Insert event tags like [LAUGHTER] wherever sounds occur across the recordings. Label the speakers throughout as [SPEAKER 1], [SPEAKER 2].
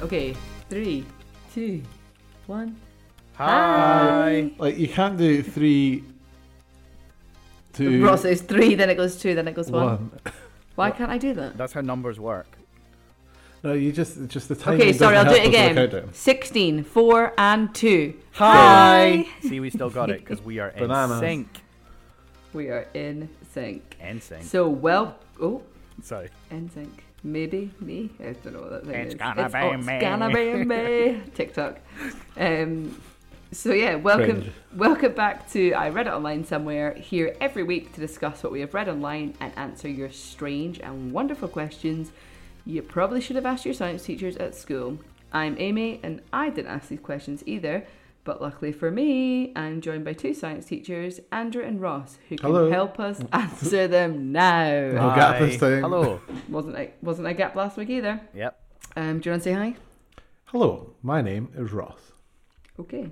[SPEAKER 1] Okay, three, two, one.
[SPEAKER 2] Hi. Like you can't do three, two,
[SPEAKER 1] Ross says three, then it goes two, then it goes one.
[SPEAKER 2] one.
[SPEAKER 1] Why can't I do that?
[SPEAKER 3] That's how numbers work.
[SPEAKER 2] No, you just it's just the time.
[SPEAKER 1] Okay, sorry, I'll do it again. 16, 4, and 2.
[SPEAKER 2] Hi.
[SPEAKER 3] See, we still got it because we are in
[SPEAKER 2] Bananas.
[SPEAKER 3] sync.
[SPEAKER 1] We are in sync.
[SPEAKER 3] In sync.
[SPEAKER 1] So, well, oh,
[SPEAKER 3] Sorry.
[SPEAKER 1] in sync. Maybe me. I don't know what that thing
[SPEAKER 3] It's
[SPEAKER 1] is.
[SPEAKER 3] gonna be
[SPEAKER 1] oh, it's
[SPEAKER 3] me.
[SPEAKER 1] gonna
[SPEAKER 3] [LAUGHS]
[SPEAKER 1] be me. TikTok. Um, so yeah, welcome,
[SPEAKER 2] Cringe.
[SPEAKER 1] welcome back to I read it online somewhere. Here every week to discuss what we have read online and answer your strange and wonderful questions you probably should have asked your science teachers at school. I'm Amy, and I didn't ask these questions either. But luckily for me, I'm joined by two science teachers, Andrew and Ross, who can
[SPEAKER 2] Hello.
[SPEAKER 1] help
[SPEAKER 2] [LAUGHS]
[SPEAKER 1] us answer them now.
[SPEAKER 2] I'll get this
[SPEAKER 3] Hi.
[SPEAKER 2] time.
[SPEAKER 3] Hello.
[SPEAKER 1] [LAUGHS] Wasn't I wasn't I gap last week either.
[SPEAKER 3] Yep.
[SPEAKER 1] Um, do you want to say hi?
[SPEAKER 2] Hello, my name is Ross.
[SPEAKER 1] Okay.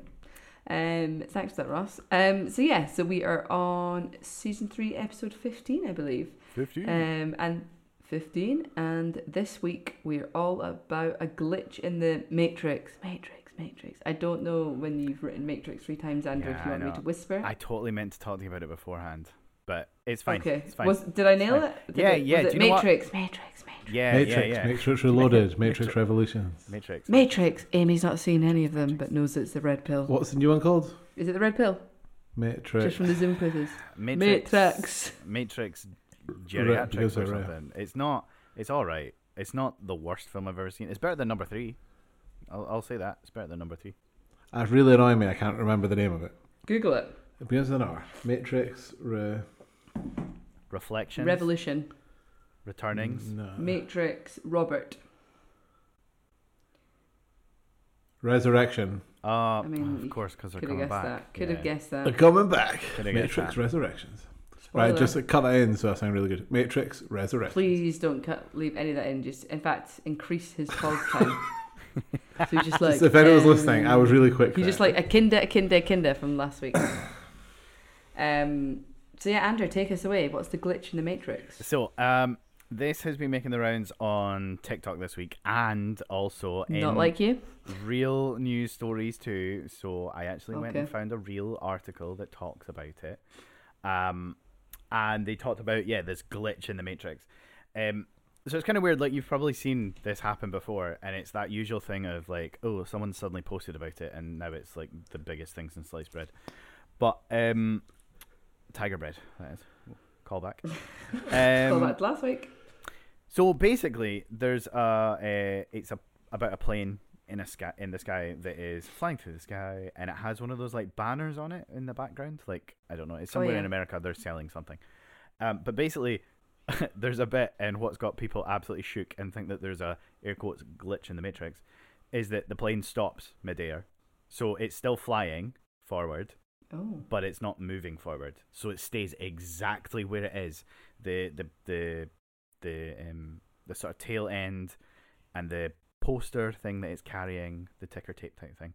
[SPEAKER 1] Um, thanks for that, Ross. Um, so yeah, so we are on season three, episode fifteen, I believe.
[SPEAKER 3] 15.
[SPEAKER 1] Um, and fifteen, and this week we're all about a glitch in the Matrix. Matrix, Matrix. I don't know when you've written Matrix three times, Andrew. if you want me to whisper,
[SPEAKER 3] I totally meant to talk to you about it beforehand, but it's fine.
[SPEAKER 1] Okay.
[SPEAKER 3] It's fine.
[SPEAKER 1] Was did I nail
[SPEAKER 3] fine.
[SPEAKER 1] it? Did
[SPEAKER 3] Yeah,
[SPEAKER 1] it-
[SPEAKER 3] yeah,
[SPEAKER 1] Was
[SPEAKER 3] do
[SPEAKER 1] it
[SPEAKER 3] you know what?
[SPEAKER 1] Matrix, Matrix, Matrix.
[SPEAKER 3] Yeah,
[SPEAKER 2] Matrix,
[SPEAKER 3] yeah, yeah.
[SPEAKER 1] [LAUGHS]
[SPEAKER 2] Matrix Reloaded, Matrix Revolutions.
[SPEAKER 3] Matrix.
[SPEAKER 1] Matrix. Amy's not seen any of them, but knows it's the red pill.
[SPEAKER 2] What's the new one called?
[SPEAKER 1] Is it the red pill? Just
[SPEAKER 2] Matrix.
[SPEAKER 1] from the Zoom quizzes.
[SPEAKER 3] Matrix.
[SPEAKER 1] Matrix.
[SPEAKER 3] Matrix
[SPEAKER 2] Right,
[SPEAKER 3] geriatrics
[SPEAKER 2] because
[SPEAKER 3] or
[SPEAKER 2] they're rare.
[SPEAKER 3] something. It's not. It's all right. It's not the worst film I've ever seen. It's better than number three. I'll, I'll say that. It's better than number three.
[SPEAKER 2] That's Ah, really annoying me. I can't remember the name of it.
[SPEAKER 1] Google it.
[SPEAKER 2] It begins with an R. Matrix. Re...
[SPEAKER 3] Reflections.
[SPEAKER 1] Revolution.
[SPEAKER 3] returnings.
[SPEAKER 2] Mm, No.
[SPEAKER 1] Matrix. Robert.
[SPEAKER 2] Resurrection.
[SPEAKER 3] Uh,
[SPEAKER 1] I mean,
[SPEAKER 3] of
[SPEAKER 1] you
[SPEAKER 3] course, because they're
[SPEAKER 1] Could have
[SPEAKER 3] coming
[SPEAKER 1] guessed
[SPEAKER 3] back.
[SPEAKER 1] that. Could
[SPEAKER 3] Yeah.
[SPEAKER 1] have guessed
[SPEAKER 2] They're
[SPEAKER 1] that.
[SPEAKER 2] coming back.
[SPEAKER 3] Can I get
[SPEAKER 2] Matrix
[SPEAKER 3] that?
[SPEAKER 2] Resurrections. Right, just cut that in so I sound really good. Matrix Resurrection.
[SPEAKER 1] Please don't cut, leave any of that in. Just, in fact, increase his
[SPEAKER 3] [LAUGHS]
[SPEAKER 1] pause time. so you just like.
[SPEAKER 2] So if anyone was
[SPEAKER 1] um,
[SPEAKER 2] listening, I was really quick.
[SPEAKER 1] You
[SPEAKER 2] there.
[SPEAKER 1] just like a kinder, a kinder, a kinder from last
[SPEAKER 3] [COUGHS]
[SPEAKER 1] week. um. So yeah, Andrew, take us away. What's the glitch in the Matrix?
[SPEAKER 3] So, um, this has been making the rounds on TikTok this week, and also in
[SPEAKER 1] Not like you.
[SPEAKER 3] real news stories too. So I actually went and
[SPEAKER 1] Okay.
[SPEAKER 3] found a real article that talks about it. Um, and they talked about yeah this glitch in the matrix. Um, so it's kind of weird. Like you've probably seen this happen before, and it's that usual thing of like, oh, someone suddenly posted about it, and now it's like the biggest thing since sliced bread. But um, tiger bread that is
[SPEAKER 1] [LAUGHS]
[SPEAKER 3] callback.
[SPEAKER 1] Go
[SPEAKER 3] Um,
[SPEAKER 1] back to last week.
[SPEAKER 3] so basically, there's a uh, it's a about a plane in a sky in the sky that is flying through the sky, and it has one of those like banners on it in the background. Like I don't know, it's
[SPEAKER 1] Oh,
[SPEAKER 3] somewhere
[SPEAKER 1] yeah.
[SPEAKER 3] in America. They're selling something, um, but basically, [LAUGHS] there's a bit, and what's got people absolutely shook and think that there's a air quotes glitch in the matrix, is that the plane stops midair, so it's still flying forward,
[SPEAKER 1] Oh.
[SPEAKER 3] but it's not moving forward, so it stays exactly where it is. The the the the um the sort of tail end and the poster thing that it's carrying, the ticker tape type thing,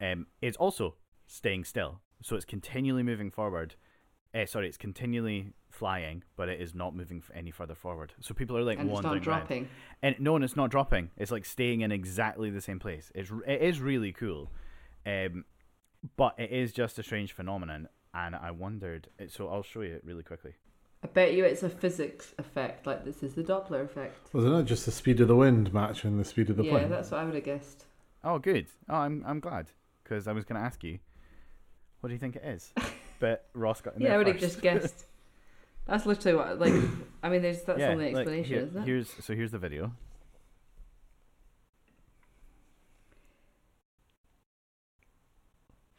[SPEAKER 3] um, is also staying still. So it's continually moving forward, eh, sorry, it's continually flying, but it is not moving f- any further forward. So people are like
[SPEAKER 1] And it's not
[SPEAKER 3] wandering around.
[SPEAKER 1] dropping.
[SPEAKER 3] and no, and it's not dropping. It's like staying in exactly the same place. It's r- it is really cool, um, but it is just a strange phenomenon. And I wondered, so I'll show you it really quickly.
[SPEAKER 1] I bet you it's a physics effect, like this is the Doppler effect.
[SPEAKER 2] Was it not just the speed of the wind matching the speed of the
[SPEAKER 1] yeah,
[SPEAKER 2] plane?
[SPEAKER 1] that's what I would have guessed.
[SPEAKER 3] Oh, good. Oh, I'm I'm glad because I was going to ask you, what do you think
[SPEAKER 1] [LAUGHS]
[SPEAKER 3] it is? But Ross got in
[SPEAKER 1] Yeah, I
[SPEAKER 3] there
[SPEAKER 1] would have
[SPEAKER 3] first.
[SPEAKER 1] just [LAUGHS] guessed. That's literally what, like, I mean, there's that's the only
[SPEAKER 3] look,
[SPEAKER 1] explanation,
[SPEAKER 3] here-
[SPEAKER 1] isn't it?
[SPEAKER 3] Here's so here's the video.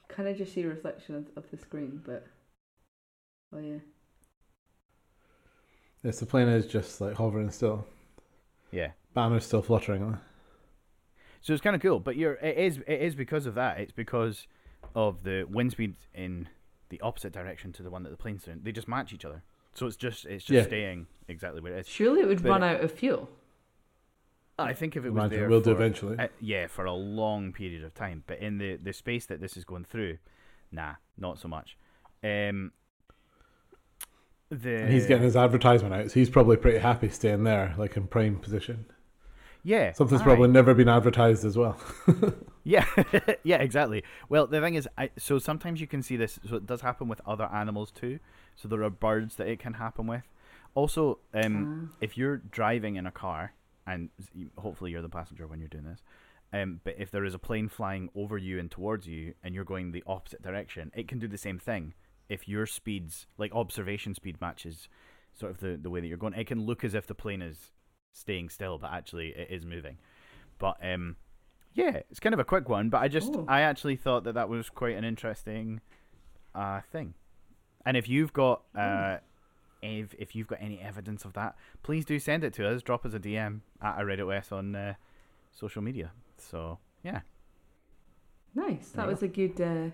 [SPEAKER 1] Can I just see a reflection of, of the screen? But oh yeah,
[SPEAKER 2] Yes, the plane is just like hovering still.
[SPEAKER 3] Yeah.
[SPEAKER 2] Banner's still fluttering. huh?
[SPEAKER 3] So it's kind of cool, but you're it is it is because of that. It's because of the wind speed in the opposite direction to the one that the plane's doing. They just match each other. So it's just it's just
[SPEAKER 2] Yeah.
[SPEAKER 3] staying exactly where it is.
[SPEAKER 1] surely it would
[SPEAKER 3] But-
[SPEAKER 1] run out of fuel.
[SPEAKER 3] I think if it was
[SPEAKER 2] Imagine
[SPEAKER 3] there,
[SPEAKER 2] it will
[SPEAKER 3] for-
[SPEAKER 2] do eventually.
[SPEAKER 3] uh, yeah, for a long period of time. But in the the space that this is going through, nah, not so much. Um, the
[SPEAKER 2] And he's getting his advertisement out, so he's probably pretty happy staying there, like in prime position.
[SPEAKER 3] yeah
[SPEAKER 2] Something's
[SPEAKER 3] all right.
[SPEAKER 2] probably never been advertised as well. [LAUGHS]
[SPEAKER 3] Yeah, [LAUGHS] yeah, exactly. Well, the thing is, I, so sometimes you can see this. So it does happen with other animals too. So there are birds that it can happen with. Also, um, if you're driving in a car, and s- you- hopefully you're the passenger when you're doing this, um, but if there is a plane flying over you and towards you, and you're going the opposite direction, it can do the same thing. If your speeds, like observation speed, matches sort of the the way that you're going, it can look as if the plane is staying still, but actually it is moving. But um, yeah, it's kind of a quick one, but I just
[SPEAKER 1] Ooh.
[SPEAKER 3] I actually thought that that was quite an interesting uh, thing. And if you've got uh,
[SPEAKER 1] Hmm.
[SPEAKER 3] if if you've got any evidence of that, please do send it to us. Drop us a DM at I read it West on uh, social media. So yeah,
[SPEAKER 1] Nice. That
[SPEAKER 3] There you
[SPEAKER 1] was a good. Uh,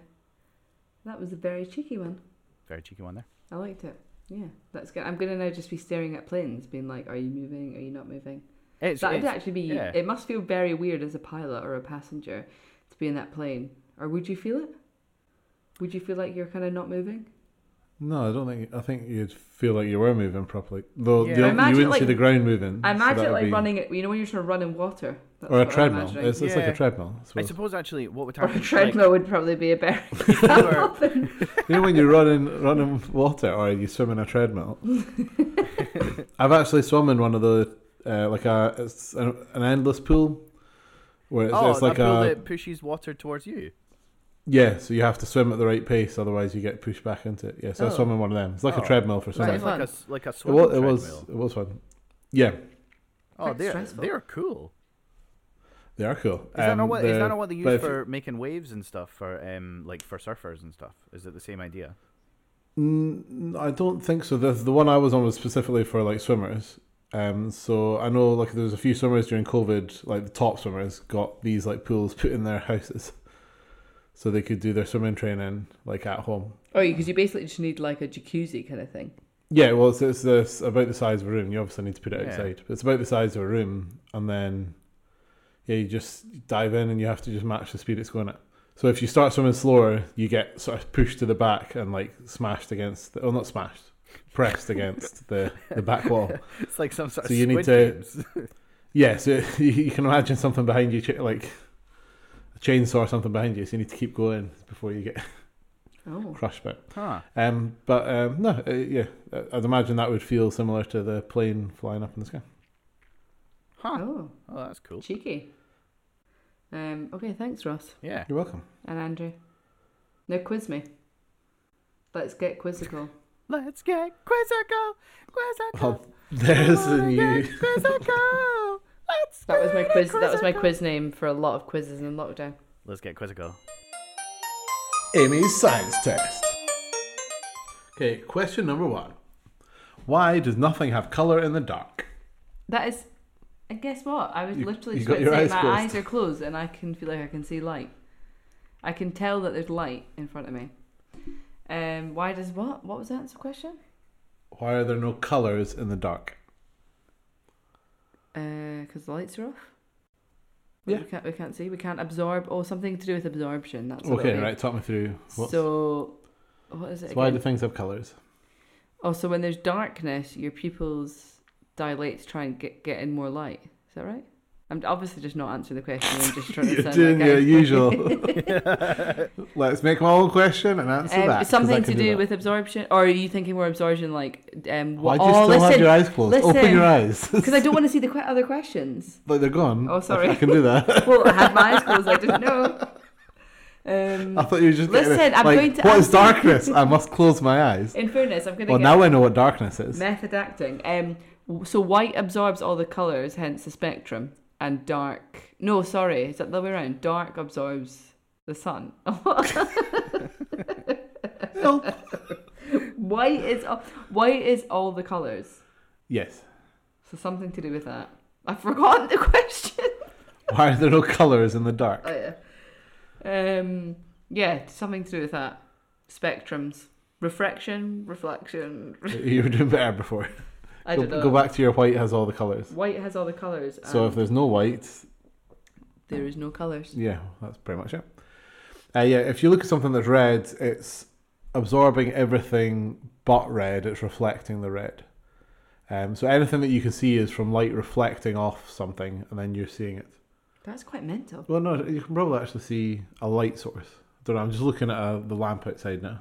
[SPEAKER 1] that was a very cheeky one.
[SPEAKER 3] very cheeky one there.
[SPEAKER 1] I liked it. Yeah, that's good. I'm gonna now just be staring at planes, being like, "Are you moving? Are you not moving?"
[SPEAKER 3] It's,
[SPEAKER 1] That would
[SPEAKER 3] it's-
[SPEAKER 1] actually be.
[SPEAKER 3] yeah.
[SPEAKER 1] It must feel very weird as a pilot or a passenger to be in that plane. Or would you feel it? Would you feel like you're kind of not moving?
[SPEAKER 2] no, I don't think. I think you'd feel like you were moving properly, though.
[SPEAKER 3] Yeah.
[SPEAKER 2] the-
[SPEAKER 3] I
[SPEAKER 2] you
[SPEAKER 1] imagine,
[SPEAKER 2] wouldn't see
[SPEAKER 1] like-
[SPEAKER 2] the ground moving.
[SPEAKER 1] I
[SPEAKER 2] so
[SPEAKER 1] imagine
[SPEAKER 2] that
[SPEAKER 1] it
[SPEAKER 2] would
[SPEAKER 1] like
[SPEAKER 2] be-
[SPEAKER 1] running it. You know when you're trying to run in water. That's
[SPEAKER 2] or a
[SPEAKER 1] what I'm
[SPEAKER 2] treadmill.
[SPEAKER 1] imagining.
[SPEAKER 2] It's, it's like
[SPEAKER 3] Yeah.
[SPEAKER 2] a treadmill. I
[SPEAKER 3] I
[SPEAKER 2] suppose.
[SPEAKER 3] suppose actually what would
[SPEAKER 1] Or
[SPEAKER 3] happen
[SPEAKER 1] a
[SPEAKER 3] is, like,
[SPEAKER 1] treadmill would probably be a [LAUGHS] better
[SPEAKER 3] you were-
[SPEAKER 2] you know when you run in run in water or you swim in
[SPEAKER 3] [LAUGHS]
[SPEAKER 2] a treadmill. I've actually swum in one of the uh, like a it's an, an endless pool where it's,
[SPEAKER 3] oh,
[SPEAKER 2] it's like
[SPEAKER 3] that pool
[SPEAKER 2] a
[SPEAKER 3] that pushes water towards you.
[SPEAKER 2] yeah. So you have to swim at the right pace, otherwise you get pushed back into it. Yeah, so I swam in one of them. It's like
[SPEAKER 3] Oh.
[SPEAKER 2] a treadmill for
[SPEAKER 3] So
[SPEAKER 2] swimming.
[SPEAKER 3] it's like
[SPEAKER 1] fun.
[SPEAKER 3] a s- like a
[SPEAKER 2] It
[SPEAKER 3] swimming
[SPEAKER 2] was it was
[SPEAKER 3] treadmill.
[SPEAKER 2] it was fun. Yeah,
[SPEAKER 3] Oh,
[SPEAKER 1] Quite
[SPEAKER 3] they're
[SPEAKER 1] stressful.
[SPEAKER 3] they're cool.
[SPEAKER 2] they are cool.
[SPEAKER 3] Is that not what is that not what they use
[SPEAKER 2] for?
[SPEAKER 3] for making waves and stuff for um like for surfers and stuff? Is it the same idea? [LAUGHS]
[SPEAKER 2] Mm, I don't think so. The the one I was on was specifically for like swimmers. Um, so I know like there was a few swimmers during COVID, like the top swimmers got these like pools put in their houses, so they could do their swimming training like at home.
[SPEAKER 1] [LAUGHS] Oh, because you basically just need like a jacuzzi kind of thing.
[SPEAKER 2] Yeah, well, it's it's this about the size of a room. You obviously need to put it
[SPEAKER 3] Yeah.
[SPEAKER 2] outside, but it's about the size of a room, and then yeah, you just dive in and you have to just match the speed it's going at. So if you start swimming slower, you get sort of pushed to the back and like smashed against, the, well, not smashed, pressed against the the back wall.
[SPEAKER 3] It's like some sort
[SPEAKER 2] So
[SPEAKER 3] of
[SPEAKER 2] you
[SPEAKER 3] squid
[SPEAKER 2] need to-
[SPEAKER 3] games. [LAUGHS]
[SPEAKER 2] Yeah, so [LAUGHS] you, you can imagine something behind you, cha- like a chainsaw or something behind you. So you need to keep going before you get [LAUGHS]
[SPEAKER 1] Oh,
[SPEAKER 2] crushed by. it.
[SPEAKER 3] Huh.
[SPEAKER 2] Um, but um, no, uh, yeah, uh, I'd imagine that would feel similar to the plane flying up in the sky.
[SPEAKER 3] Huh.
[SPEAKER 1] oh,
[SPEAKER 3] Oh, that's cool.
[SPEAKER 1] cheeky. Um. Okay, thanks, Ross
[SPEAKER 3] Yeah.
[SPEAKER 2] You're welcome.
[SPEAKER 1] and Andrew. Now quiz me. Let's get quizzical.
[SPEAKER 3] Let's get quizzical. Quizzical.
[SPEAKER 2] Well, there's
[SPEAKER 3] Wanna
[SPEAKER 2] the Oh, new. [LAUGHS]
[SPEAKER 3] get quizzical. Let's
[SPEAKER 1] That was my
[SPEAKER 3] get
[SPEAKER 1] quiz. That was my
[SPEAKER 3] quizzical.
[SPEAKER 1] quiz name for a lot of quizzes in lockdown.
[SPEAKER 3] Let's get quizzical.
[SPEAKER 2] Amy's science test. Okay, question number one. Why does nothing have color in the dark?
[SPEAKER 1] That is, and guess what? I was
[SPEAKER 2] You-
[SPEAKER 1] literally
[SPEAKER 2] you
[SPEAKER 1] just
[SPEAKER 2] got
[SPEAKER 1] about to
[SPEAKER 2] your
[SPEAKER 1] say
[SPEAKER 2] eyes
[SPEAKER 1] my
[SPEAKER 2] closed.
[SPEAKER 1] eyes are closed and I can feel like I can see light. I can tell that there's light in front of me. Um, why does what? What was the answer question?
[SPEAKER 2] Why are there no colors in the dark?
[SPEAKER 1] because Uh, the lights are off.
[SPEAKER 2] Yeah.
[SPEAKER 1] We can't, we can't see. We can't absorb. Oh, something to do with absorption. That's what
[SPEAKER 2] Okay,
[SPEAKER 1] it'll be.
[SPEAKER 2] right, talk me through. What's,
[SPEAKER 1] So, what is it?
[SPEAKER 2] why do
[SPEAKER 1] again?
[SPEAKER 2] things have colors?
[SPEAKER 1] Also, when there's darkness, your pupils dilate to try and get, get in more light. Is that right? I'm obviously just not answering the question. I'm just trying to
[SPEAKER 2] [LAUGHS] You're
[SPEAKER 1] sound
[SPEAKER 2] doing
[SPEAKER 1] like I-
[SPEAKER 2] your
[SPEAKER 1] [LAUGHS]
[SPEAKER 2] usual. [LAUGHS] Let's make my own question and answer
[SPEAKER 1] Um,
[SPEAKER 2] that. 'cause I
[SPEAKER 1] something
[SPEAKER 2] can
[SPEAKER 1] to do, with absorption, or are you thinking more absorption like? Um,
[SPEAKER 2] Why
[SPEAKER 1] what?
[SPEAKER 2] do you
[SPEAKER 1] oh,
[SPEAKER 2] still
[SPEAKER 1] listen,
[SPEAKER 2] have your eyes closed? Open your eyes. [LAUGHS]
[SPEAKER 1] Because I don't want to see the que- other questions.
[SPEAKER 2] like they're gone.
[SPEAKER 1] Oh, sorry.
[SPEAKER 2] I can do that. [LAUGHS]
[SPEAKER 1] Well, I had my eyes closed. I didn't know.
[SPEAKER 2] I
[SPEAKER 1] Um,
[SPEAKER 2] thought you were just getting it,
[SPEAKER 1] Listen, I'm
[SPEAKER 2] like,
[SPEAKER 1] going to
[SPEAKER 2] What is
[SPEAKER 1] answer-
[SPEAKER 2] darkness? I must close my eyes.
[SPEAKER 1] in fairness, I'm going to
[SPEAKER 2] Well,
[SPEAKER 1] get
[SPEAKER 2] now I know what darkness is.
[SPEAKER 1] method acting. Um, w- so white absorbs all the colors, hence the spectrum, and dark. No, sorry, is that the other way around? Dark absorbs the sun. [LAUGHS] white is all, white is all the colors.
[SPEAKER 2] Yes.
[SPEAKER 1] So something to do with that. I've forgotten the [LAUGHS] question.
[SPEAKER 2] Why are there no colours in the dark?
[SPEAKER 1] Oh, yeah. Um, yeah, something to do with that. Spectrums. Refraction, reflection. [LAUGHS]
[SPEAKER 2] You were doing better before.
[SPEAKER 1] I
[SPEAKER 2] go,
[SPEAKER 1] don't know.
[SPEAKER 2] go back to your white has all the colours.
[SPEAKER 1] White has all the colours.
[SPEAKER 2] So if
[SPEAKER 1] and
[SPEAKER 2] there's no white,
[SPEAKER 1] there is no colours.
[SPEAKER 2] yeah, that's pretty much it. Uh, yeah, if you look at something that's red, it's absorbing everything but red. It's reflecting the red. Um, so anything that you can see is from light reflecting off something, and then you're seeing it.
[SPEAKER 1] That's quite mental.
[SPEAKER 2] Well, no, you can probably actually see a light source. don't know. I'm just looking at uh the lamp outside now.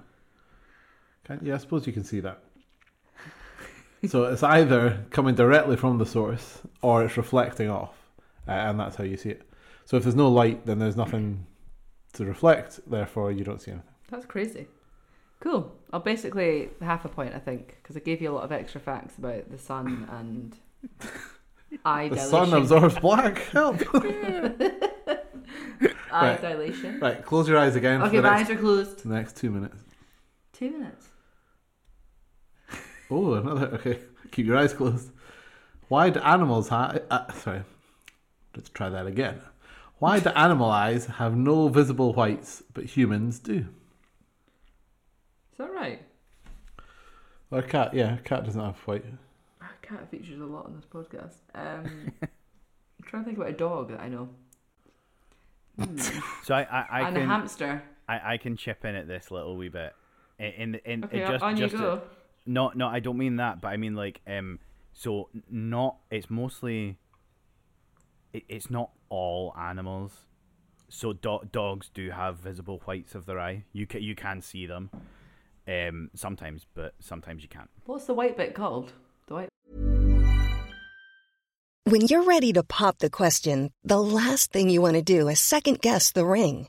[SPEAKER 2] Can, yeah, I suppose you can see that. so it's either coming directly from the source or it's reflecting off, uh, and that's how you see it. So if there's no light, then there's nothing to reflect. Therefore, you don't see anything.
[SPEAKER 1] That's crazy. Cool. I'll basically half a point, I think, because I gave you a lot of extra facts about the sun and eye
[SPEAKER 2] The
[SPEAKER 1] dilation.
[SPEAKER 2] sun absorbs black. Help! [LAUGHS]
[SPEAKER 1] eye
[SPEAKER 2] Right.
[SPEAKER 1] dilation.
[SPEAKER 2] right, close your eyes again
[SPEAKER 1] Okay,
[SPEAKER 2] for the
[SPEAKER 1] my
[SPEAKER 2] next,
[SPEAKER 1] eyes are closed.
[SPEAKER 2] the next two minutes.
[SPEAKER 1] Two minutes.
[SPEAKER 2] Oh, another. Okay, [LAUGHS] keep your eyes closed. Why do animals have? Uh, sorry, let's try that again. Why
[SPEAKER 3] [LAUGHS]
[SPEAKER 2] do animal eyes have no visible whites, but humans do?
[SPEAKER 1] Is that right?
[SPEAKER 2] Or a cat? Yeah, a cat doesn't have white.
[SPEAKER 1] Cat Ah, features a lot on this podcast. Um, I'm trying to think about a dog that I know.
[SPEAKER 3] So I, I, I
[SPEAKER 1] and
[SPEAKER 3] can
[SPEAKER 1] a hamster.
[SPEAKER 3] I, I can chip in at this little wee bit. In in, in
[SPEAKER 1] Okay,
[SPEAKER 3] it just,
[SPEAKER 1] on
[SPEAKER 3] just
[SPEAKER 1] you go.
[SPEAKER 3] no no I don't mean that, but I mean like um so n- not it's mostly it, it's not all animals. So do- dogs do have visible whites of their eye. You can you can see them, um sometimes, but sometimes you can't.
[SPEAKER 1] What's the white bit called? The white.
[SPEAKER 4] When you're ready to pop the question, the last thing you want to do is second guess the ring.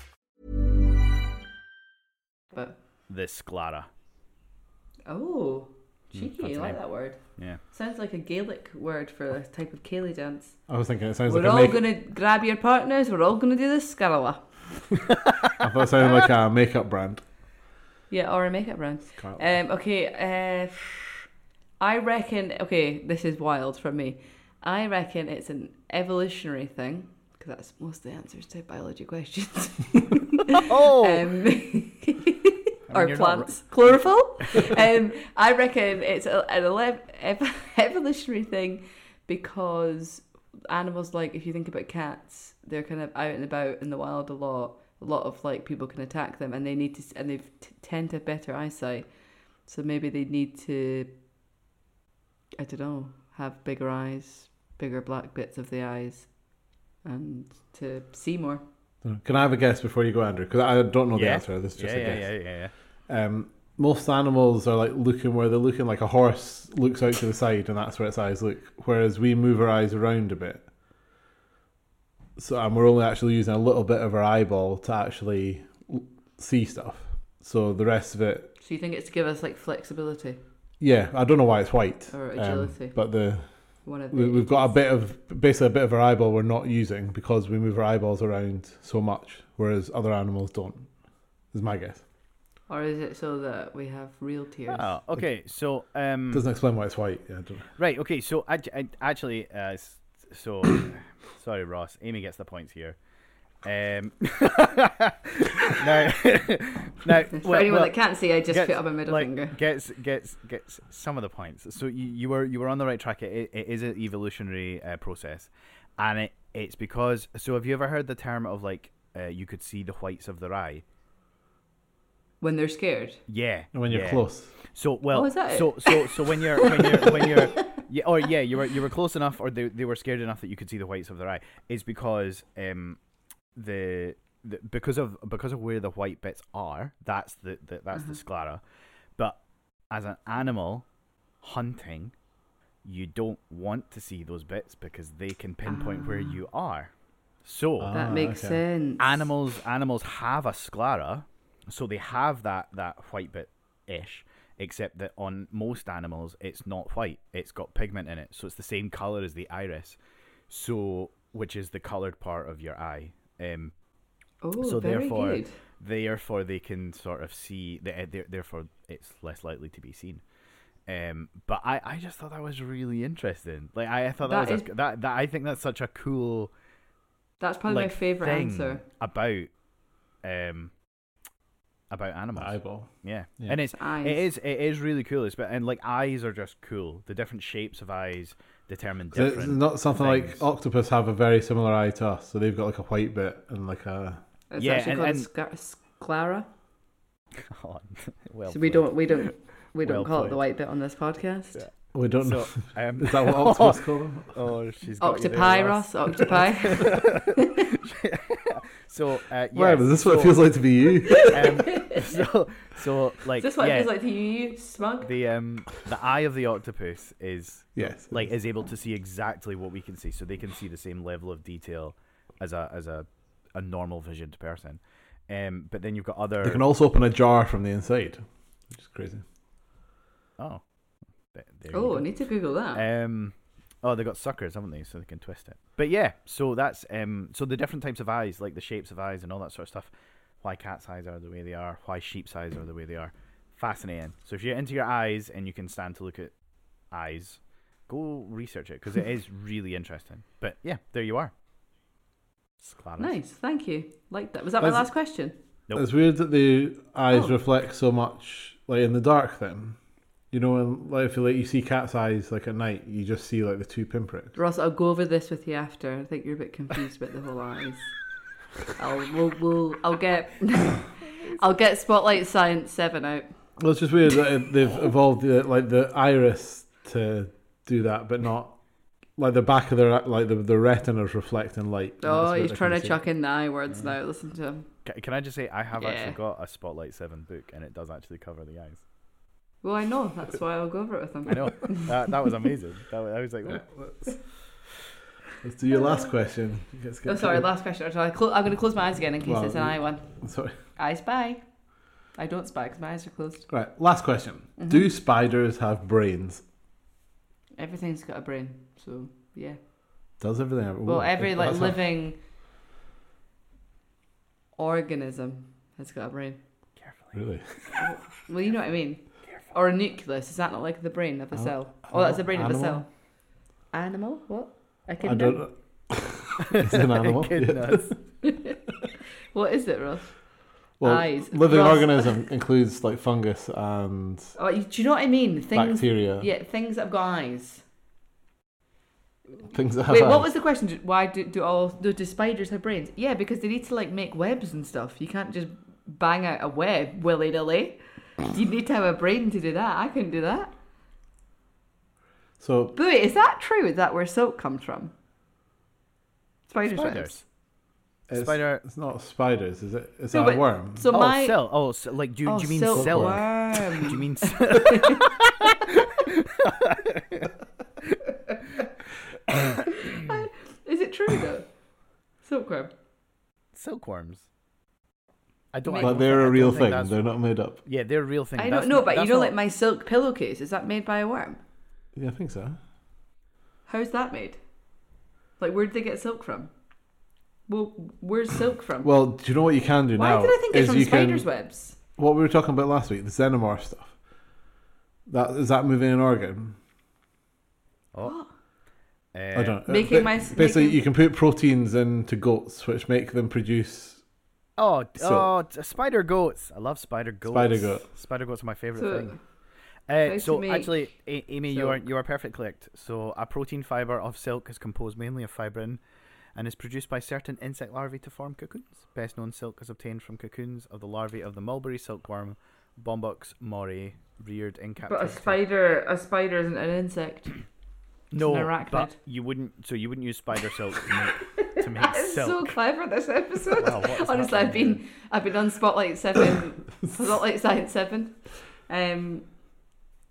[SPEAKER 1] But
[SPEAKER 3] The sclera.
[SPEAKER 1] oh, Cheeky,
[SPEAKER 3] that's
[SPEAKER 1] I
[SPEAKER 3] a
[SPEAKER 1] like
[SPEAKER 3] name.
[SPEAKER 1] that word.
[SPEAKER 3] Yeah.
[SPEAKER 1] Sounds like a Gaelic word for a type of Cayley dance.
[SPEAKER 2] I was thinking it sounds
[SPEAKER 1] We're
[SPEAKER 2] like a
[SPEAKER 1] all
[SPEAKER 2] make-
[SPEAKER 1] going to grab your partners, we're all going to do this scarala.
[SPEAKER 2] I thought it
[SPEAKER 3] [LAUGHS]
[SPEAKER 2] sounded like a makeup brand.
[SPEAKER 1] Yeah, or a makeup brand.
[SPEAKER 2] Can't-
[SPEAKER 1] Um, okay, uh, I reckon. Okay, this is wild for me. I reckon it's an evolutionary thing because that's most of the answers to biology questions.
[SPEAKER 3] [LAUGHS] Oh,
[SPEAKER 1] um, or
[SPEAKER 3] you're not
[SPEAKER 1] plants, chlorophyll. um, I reckon it's a, an ele- ev- [LAUGHS] evolutionary thing because animals, like if you think about cats, they're kind of out and about in the wild a lot. A lot of like people can attack them, and they need to, s- and they t- tend to have better eyesight. So maybe they need to, I don't know, have bigger eyes, bigger black bits of the eyes, and to see more.
[SPEAKER 2] Can I have a guess before you go, Andrew? Because I don't know the
[SPEAKER 3] yeah.
[SPEAKER 2] answer. This is just
[SPEAKER 3] yeah,
[SPEAKER 2] a
[SPEAKER 3] yeah,
[SPEAKER 2] guess.
[SPEAKER 3] yeah, yeah, yeah.
[SPEAKER 2] Um, most animals are like looking where they're looking, like a horse looks out to the side and that's where its eyes look, whereas we move our eyes around a bit. So, and we're only actually using a little bit of our eyeball to actually l- see stuff. So the rest of it,
[SPEAKER 1] So you think it's to give us like flexibility?
[SPEAKER 2] yeah, I don't know why it's white,
[SPEAKER 1] Or
[SPEAKER 2] um,
[SPEAKER 1] agility.
[SPEAKER 2] but the
[SPEAKER 1] One of
[SPEAKER 2] we,
[SPEAKER 1] the
[SPEAKER 2] we've got a bit of basically a bit of our eyeball we're not using because we move our eyeballs around so much, whereas other animals don't. Is my guess.
[SPEAKER 1] Or is it so that we have real tears?
[SPEAKER 3] Oh, okay. So, um,
[SPEAKER 2] Doesn't explain why it's white. Yeah, I don't know.
[SPEAKER 3] Right. Okay. So I, I actually, uh, s- so [COUGHS] sorry, Ross. Amy gets the points here. Um, [LAUGHS] now, [LAUGHS] now,
[SPEAKER 1] For
[SPEAKER 3] well-
[SPEAKER 1] anyone
[SPEAKER 3] well,
[SPEAKER 1] that can't see, I just put up my middle
[SPEAKER 3] like,
[SPEAKER 1] finger.
[SPEAKER 3] Gets gets gets some of the points. So you, you were you were on the right track. It, it is an evolutionary uh, process, and it it's because. So have you ever heard the term of like uh, you could see the whites of their eye?
[SPEAKER 1] When they're scared.
[SPEAKER 3] Yeah.
[SPEAKER 2] And when you're
[SPEAKER 3] yeah.
[SPEAKER 2] close.
[SPEAKER 3] So well,
[SPEAKER 1] Oh, is that
[SPEAKER 3] so so so when you're when you're
[SPEAKER 1] [LAUGHS]
[SPEAKER 3] when you're yeah, or yeah, you were you were close enough, or they they were scared enough that you could see the whites of their eye. Is because um the, the because of because of where the white bits are, that's the, the that's
[SPEAKER 1] Mm-hmm.
[SPEAKER 3] the sclera. But as an animal hunting, you don't want to see those bits because they can pinpoint where
[SPEAKER 1] Ah.
[SPEAKER 3] you are. So
[SPEAKER 2] Ah,
[SPEAKER 1] That makes
[SPEAKER 2] okay.
[SPEAKER 1] sense.
[SPEAKER 3] animals animals have a sclera, so they have that that white bit ish. Except that on most animals, it's not white; it's got pigment in it, so it's the same color as the iris, so which is the colored part of your eye. Um,
[SPEAKER 1] Oh,
[SPEAKER 3] so
[SPEAKER 1] very
[SPEAKER 3] therefore,
[SPEAKER 1] good.
[SPEAKER 3] therefore they can sort of see. The, eh, there- therefore, it's less likely to be seen. Um, but I, I just thought that was really interesting. Like I, I thought that,
[SPEAKER 1] That
[SPEAKER 3] was
[SPEAKER 1] is-
[SPEAKER 3] a, that, that I think that's such a cool
[SPEAKER 1] That's probably
[SPEAKER 3] like,
[SPEAKER 1] my favorite
[SPEAKER 3] thing
[SPEAKER 1] answer.
[SPEAKER 3] about um about animals.
[SPEAKER 2] Eyeball.
[SPEAKER 3] Yeah.
[SPEAKER 2] Yeah.
[SPEAKER 3] and it's
[SPEAKER 1] Eyes.
[SPEAKER 3] it is it is really cool. It's but and like eyes are just cool. The different shapes of eyes determine
[SPEAKER 2] So
[SPEAKER 3] different.
[SPEAKER 2] it's not something
[SPEAKER 3] things. [LAUGHS]
[SPEAKER 2] like octopus have a very similar eye to us, so they've got like a white bit and like a.
[SPEAKER 1] It's
[SPEAKER 3] Yeah,
[SPEAKER 1] actually
[SPEAKER 3] and-
[SPEAKER 1] called
[SPEAKER 3] and-
[SPEAKER 1] scar- sclera.
[SPEAKER 3] well,
[SPEAKER 1] so we don't, we don't, we don't
[SPEAKER 3] Well
[SPEAKER 1] call it the
[SPEAKER 3] played.
[SPEAKER 1] white bit on this podcast.
[SPEAKER 2] We
[SPEAKER 3] So,
[SPEAKER 2] don't know. [LAUGHS]
[SPEAKER 3] [LAUGHS] um,
[SPEAKER 2] Is that what octopus call them?
[SPEAKER 3] [LAUGHS] oh, she's got you there,
[SPEAKER 1] Octopi,
[SPEAKER 3] Ross.
[SPEAKER 1] Ross.
[SPEAKER 3] [LAUGHS]
[SPEAKER 1] Octopi.
[SPEAKER 3] So uh, yeah,
[SPEAKER 2] Wow, is this what
[SPEAKER 3] so,
[SPEAKER 2] it feels like to be you?
[SPEAKER 3] [LAUGHS]
[SPEAKER 1] [LAUGHS]
[SPEAKER 3] Um, so so like
[SPEAKER 1] Is this what
[SPEAKER 3] yeah,
[SPEAKER 1] it feels like to you, you smug?
[SPEAKER 3] the um the eye of the octopus is
[SPEAKER 2] yes.
[SPEAKER 3] like is able to see exactly what we can see, so they can see the same level of detail as a as a a normal visioned person. Um, but then you've got other.
[SPEAKER 2] They can also open a jar from the inside, which is crazy.
[SPEAKER 3] oh, Th- there you
[SPEAKER 1] oh, I
[SPEAKER 3] go.
[SPEAKER 1] need to Google that.
[SPEAKER 3] um, oh, they got suckers, haven't they? So they can twist it. But yeah, so that's um, so the different types of eyes, like the shapes of eyes and all that sort of stuff. Why cats' eyes are the way they are. Why sheep's eyes are the way they are. Fascinating. So if you're into your eyes and you can stand to look at eyes, go research it because it is
[SPEAKER 1] [LAUGHS]
[SPEAKER 3] really interesting. But yeah, there you are. Sclaras.
[SPEAKER 1] nice, thank you. Like that. Was that my
[SPEAKER 2] That's-
[SPEAKER 1] last question?
[SPEAKER 3] Nope.
[SPEAKER 2] It's weird that the eyes
[SPEAKER 1] Oh.
[SPEAKER 2] reflect so much, like in the dark. Then, you know, when like if you, like, you see cat's eyes like at night, you just see like the two pinpricks.
[SPEAKER 1] Ross, I'll go over this with you after. I think you're a bit confused about the whole eyes. I'll we'll, we'll I'll get [LAUGHS] I'll get Spotlight Science Seven out.
[SPEAKER 2] Well, it's just weird that it- they've evolved the, like the iris to do that, but not like the back of their like the the retina's reflecting light. and
[SPEAKER 1] Oh,
[SPEAKER 2] that's what
[SPEAKER 1] he's
[SPEAKER 2] they
[SPEAKER 1] trying
[SPEAKER 2] can
[SPEAKER 1] to
[SPEAKER 2] see.
[SPEAKER 1] chuck in the I words now. Listen to him.
[SPEAKER 3] Ca- Can I just say I have
[SPEAKER 1] Yeah.
[SPEAKER 3] actually got a Spotlight Seven book and it does actually cover the eyes.
[SPEAKER 1] Well, I know. That's why I'll go over it with him.
[SPEAKER 3] I know that, that was amazing. That was, I was like, "Oh, "Whoa."
[SPEAKER 2] Let's do your last question. Let's
[SPEAKER 1] [LAUGHS]
[SPEAKER 2] get
[SPEAKER 1] Oh, sorry.
[SPEAKER 2] to-
[SPEAKER 1] Last question. Or shall I clo- I'm going to close my eyes again in case
[SPEAKER 2] Well,
[SPEAKER 1] it's an I one.
[SPEAKER 2] sorry.
[SPEAKER 1] I spy. I don't spy because my eyes are closed.
[SPEAKER 2] Right, last question.
[SPEAKER 1] Mm-hmm.
[SPEAKER 2] Do spiders have brains?
[SPEAKER 1] Everything's got a brain, so yeah.
[SPEAKER 2] Does everything have
[SPEAKER 1] Well,
[SPEAKER 2] Ooh,
[SPEAKER 1] every like
[SPEAKER 2] that's a-
[SPEAKER 1] living organism has got a brain.
[SPEAKER 2] Really?
[SPEAKER 1] Well, you know what I mean. Or a nucleus. Is that not like the brain of a cell? Oh, that's the brain of a
[SPEAKER 2] animal?
[SPEAKER 1] cell. Animal? What? I
[SPEAKER 2] I
[SPEAKER 1] can
[SPEAKER 2] don't. [LAUGHS] it's an
[SPEAKER 1] [LAUGHS]
[SPEAKER 2] animal. yeah.
[SPEAKER 3] Goodness.
[SPEAKER 1] What is it, Ross?
[SPEAKER 2] Well,
[SPEAKER 1] Eyes.
[SPEAKER 2] living
[SPEAKER 1] Ross-
[SPEAKER 2] organism includes like fungus and
[SPEAKER 1] Oh, you- do you know what I mean? Things.
[SPEAKER 2] Bacteria.
[SPEAKER 1] Yeah, things that have got eyes.
[SPEAKER 2] things that have
[SPEAKER 1] Wait,
[SPEAKER 2] eyes.
[SPEAKER 1] what was the question? Do- Why do, do all do, do spiders have brains? Yeah, because they need to like make webs and stuff. You can't just bang out a web willy nilly. You need to have a brain to do that. I couldn't do that.
[SPEAKER 2] So
[SPEAKER 1] But wait, is that true? Is that where silk comes from? Spiders.
[SPEAKER 3] Spiders.
[SPEAKER 2] it's,
[SPEAKER 3] Spider-
[SPEAKER 2] It's not spiders, is it? It's
[SPEAKER 1] No,
[SPEAKER 2] a
[SPEAKER 1] but-
[SPEAKER 2] worm.
[SPEAKER 1] So
[SPEAKER 3] oh,
[SPEAKER 1] my
[SPEAKER 3] cell. Oh, so, like do, you
[SPEAKER 1] oh,
[SPEAKER 3] do you mean
[SPEAKER 1] silk
[SPEAKER 3] cell?
[SPEAKER 1] worm.
[SPEAKER 3] Do you mean?
[SPEAKER 1] [LAUGHS] Is it true [LAUGHS] though? Silkworm.
[SPEAKER 3] silkworms. I don't. I
[SPEAKER 2] But
[SPEAKER 3] don't think- I
[SPEAKER 2] they're a
[SPEAKER 3] don't
[SPEAKER 2] real
[SPEAKER 3] think
[SPEAKER 2] thing.
[SPEAKER 3] that's-
[SPEAKER 2] They're not made up.
[SPEAKER 3] Yeah, they're a real thing.
[SPEAKER 1] I
[SPEAKER 3] That's
[SPEAKER 1] don't know,
[SPEAKER 3] not-
[SPEAKER 1] but you
[SPEAKER 3] that's
[SPEAKER 1] know,
[SPEAKER 3] not-
[SPEAKER 1] like my silk pillowcase, is that made by a worm?
[SPEAKER 2] Yeah, I think so.
[SPEAKER 1] How's that made? Like, where did they get silk from? Well, where's silk from?
[SPEAKER 2] Well, do you know what you can do
[SPEAKER 1] Why
[SPEAKER 2] now?
[SPEAKER 1] did I think it's
[SPEAKER 2] is
[SPEAKER 1] from
[SPEAKER 2] you can-
[SPEAKER 1] spiders' webs?
[SPEAKER 2] What we were talking about last week, the xenomorph stuff. That is that moving an organ?
[SPEAKER 3] Eh,
[SPEAKER 2] I don't know.
[SPEAKER 1] Making
[SPEAKER 2] Ba-
[SPEAKER 1] my-
[SPEAKER 2] basically,
[SPEAKER 1] making-
[SPEAKER 2] you can put proteins into goats, which make them produce.
[SPEAKER 3] Oh, d-
[SPEAKER 2] So-
[SPEAKER 3] oh, d- spider goats! I love spider goats.
[SPEAKER 2] Spider goat.
[SPEAKER 3] Spider goats are my favorite
[SPEAKER 1] So-
[SPEAKER 3] thing.
[SPEAKER 1] how
[SPEAKER 3] Uh,
[SPEAKER 1] to
[SPEAKER 3] so
[SPEAKER 1] make
[SPEAKER 3] actually, A- Amy, you are
[SPEAKER 1] silk.
[SPEAKER 3] you are perfect correct. So a protein fiber of silk is composed mainly of fibrin, and is produced by certain insect larvae to form cocoons. Best known silk is obtained from cocoons of the larvae of the mulberry silkworm, Bombox mori, reared in
[SPEAKER 1] But
[SPEAKER 3] captivity.
[SPEAKER 1] a spider, a spider isn't an insect.
[SPEAKER 3] no,
[SPEAKER 1] an arachnid.
[SPEAKER 3] but you wouldn't. So you wouldn't use spider silk to
[SPEAKER 1] [LAUGHS]
[SPEAKER 3] make, to make
[SPEAKER 1] It's
[SPEAKER 3] silk.
[SPEAKER 1] so clever this [LAUGHS] episode.
[SPEAKER 3] Wow, what is
[SPEAKER 1] Honestly,
[SPEAKER 3] happening
[SPEAKER 1] I've been I've been on Spotlight Seven,
[SPEAKER 2] [LAUGHS]
[SPEAKER 1] Spotlight Science Seven. Um,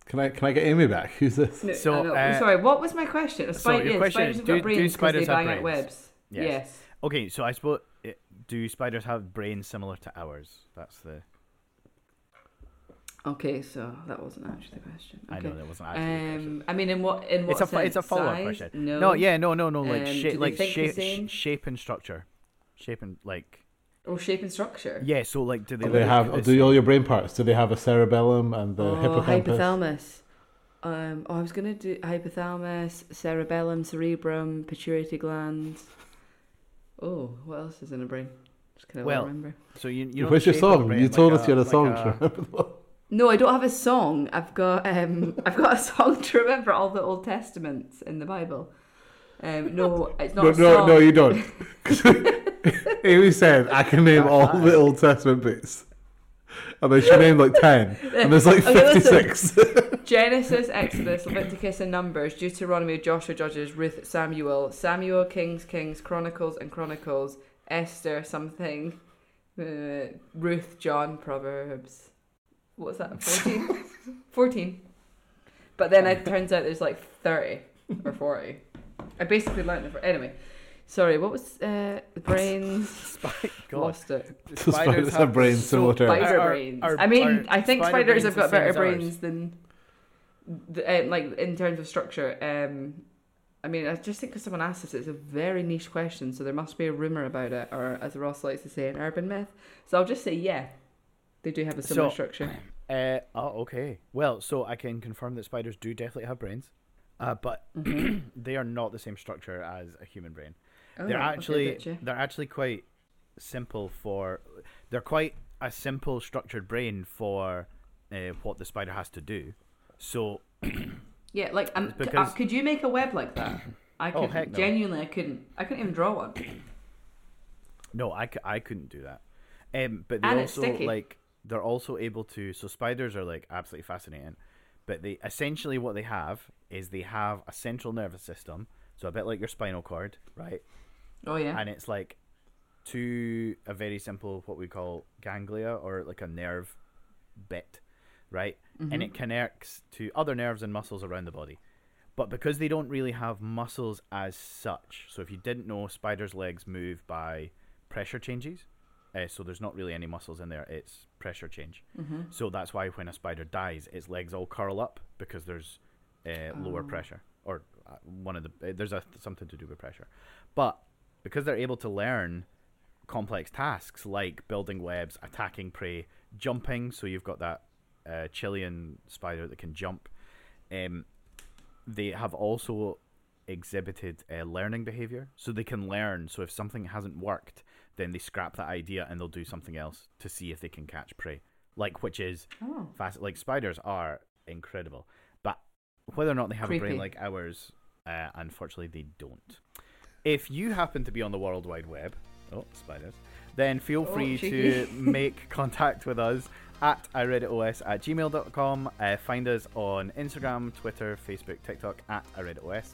[SPEAKER 2] Can I can I get Amy back? Who's this?
[SPEAKER 1] no,
[SPEAKER 3] So,
[SPEAKER 1] I know.
[SPEAKER 3] uh,
[SPEAKER 1] I'm sorry. What was my question? A spider,
[SPEAKER 3] your
[SPEAKER 1] yeah,
[SPEAKER 3] question
[SPEAKER 1] spiders
[SPEAKER 3] is,
[SPEAKER 1] have got
[SPEAKER 3] do- do
[SPEAKER 1] brains because they
[SPEAKER 3] spiders have
[SPEAKER 1] bang out
[SPEAKER 3] brains?
[SPEAKER 1] webs.
[SPEAKER 3] Yes.
[SPEAKER 1] yes.
[SPEAKER 3] Okay, so I suppose eh, do spiders have brains similar to ours? That's the
[SPEAKER 1] Okay, so that wasn't actually the question.
[SPEAKER 3] I
[SPEAKER 1] Okay. Um,
[SPEAKER 3] know that wasn't actually the question.
[SPEAKER 1] I mean, in what in what
[SPEAKER 3] it's a fo-
[SPEAKER 1] sense?
[SPEAKER 3] it's a follow up
[SPEAKER 1] Size?
[SPEAKER 3] question.
[SPEAKER 1] No.
[SPEAKER 3] yeah, no, no, no,
[SPEAKER 1] Um, do
[SPEAKER 3] like
[SPEAKER 1] they
[SPEAKER 3] shape, like
[SPEAKER 1] think the
[SPEAKER 3] shape,
[SPEAKER 1] same?
[SPEAKER 3] shape and structure, shape and like
[SPEAKER 1] Or shape and structure.
[SPEAKER 3] yeah. So like, do they,
[SPEAKER 2] Do they
[SPEAKER 3] look
[SPEAKER 2] have
[SPEAKER 3] the
[SPEAKER 2] do
[SPEAKER 3] same?
[SPEAKER 2] all your brain parts? Do they have a cerebellum and the
[SPEAKER 1] Oh,
[SPEAKER 2] hippocampus?
[SPEAKER 1] hypothalamus. Um, oh, I was gonna do hypothalamus, cerebellum, cerebrum, pituitary glands. Oh, what else is in a brain? Just kind of
[SPEAKER 3] Well-
[SPEAKER 1] remember.
[SPEAKER 3] So you, you know
[SPEAKER 2] Where's
[SPEAKER 3] the
[SPEAKER 2] your
[SPEAKER 3] shape of the
[SPEAKER 2] song?
[SPEAKER 3] brain, Oh
[SPEAKER 2] you
[SPEAKER 3] like
[SPEAKER 2] told
[SPEAKER 3] a-
[SPEAKER 2] us you had a
[SPEAKER 3] like
[SPEAKER 2] song. to [LAUGHS] remember the one.
[SPEAKER 1] No, I don't have a song. I've got um, [LAUGHS] I've got a song to remember all the Old Testaments in the Bible. Um, no, it's not
[SPEAKER 2] No,
[SPEAKER 1] a song.
[SPEAKER 2] no, no, you don't. 'Cause
[SPEAKER 1] [LAUGHS]
[SPEAKER 2] Amy said I can name all the Old Testament books, and then she named like ten, and there's like
[SPEAKER 1] Okay, listen.
[SPEAKER 2] fifty-six.
[SPEAKER 1] Genesis, Exodus, Leviticus, and Numbers, Deuteronomy, Joshua, Judges, Ruth, Samuel, Samuel, Kings, Kings, Chronicles, and Chronicles, Esther, something, uh, Ruth, John, Proverbs. What's that? 14? 14. But then it turns out there's like 30 or 40. I basically learned it for. Anyway, sorry, what was uh, the brains?
[SPEAKER 3] [LAUGHS] Spy- God.
[SPEAKER 1] Lost it.
[SPEAKER 2] The spiders have brains similar to ours.
[SPEAKER 1] Spider
[SPEAKER 3] Our-
[SPEAKER 1] brains.
[SPEAKER 3] our-
[SPEAKER 1] I mean,
[SPEAKER 3] our
[SPEAKER 1] I think
[SPEAKER 3] spider
[SPEAKER 1] spiders
[SPEAKER 3] brains
[SPEAKER 1] have
[SPEAKER 3] the
[SPEAKER 1] got
[SPEAKER 3] same
[SPEAKER 1] better
[SPEAKER 3] as ours.
[SPEAKER 1] brains than, the, um, like in terms of structure. Um, I mean, I just think because someone asked us, it's a very niche question, so there must be a rumor about it, or as Ross likes to say, an urban myth. So I'll just say, yeah, they do have a similar
[SPEAKER 3] So-
[SPEAKER 1] structure.
[SPEAKER 3] Uh, oh, okay. Well, so I can confirm that spiders do definitely have brains, uh, but [CLEARS THROAT] they are not the same structure as a human brain. they're
[SPEAKER 1] Mm-hmm. Oh, okay,
[SPEAKER 3] actually
[SPEAKER 1] gotcha.
[SPEAKER 3] they're actually quite simple for they're quite a simple structured brain for uh, what the spider has to do. So
[SPEAKER 1] Yeah, like, um, c- uh,
[SPEAKER 3] because-
[SPEAKER 1] could you make a web like that? I
[SPEAKER 3] Oh,
[SPEAKER 1] could
[SPEAKER 3] heck no.
[SPEAKER 1] genuinely, I couldn't. I couldn't even draw one.
[SPEAKER 3] No, I, cou- I couldn't do that. Um, but they
[SPEAKER 1] And it's
[SPEAKER 3] also
[SPEAKER 1] sticky.
[SPEAKER 3] like they're also able to. So spiders are like absolutely fascinating. But they essentially what they have is they have a central nervous system, so a bit like your spinal cord, right?
[SPEAKER 1] Oh yeah.
[SPEAKER 3] And it's like two a very simple what we call ganglia or like a nerve bit, right? And it connects to other nerves and muscles around the body. But because they don't really have muscles as such, so if you didn't know, spiders' legs move by pressure changes. uh, so there's not really any muscles in there. It's pressure change. So that's why when a spider dies, its legs all curl up because there's uh, lower pressure, or uh, one of the uh, there's a, something to do with pressure. But because they're able to learn complex tasks like building webs, attacking prey, jumping. So you've got that uh, Chilean spider that can jump. Um, they have also exhibited uh, learning behavior, so they can learn. So if something hasn't worked, then they scrap that idea and they'll do something else to see if they can catch prey. Like which is
[SPEAKER 1] Oh,
[SPEAKER 3] fast. Like spiders are incredible, but whether or not they have a brain
[SPEAKER 1] Creepy.
[SPEAKER 3] like ours, uh, unfortunately, they don't. If you happen to be on the World Wide Web, oh, spiders, then feel
[SPEAKER 1] Oh,
[SPEAKER 3] free to
[SPEAKER 1] cheeky. [LAUGHS]
[SPEAKER 3] make contact with us at iReadItOS at gmail.com. Uh, find us on Instagram, Twitter, Facebook, TikTok at iReadItOS.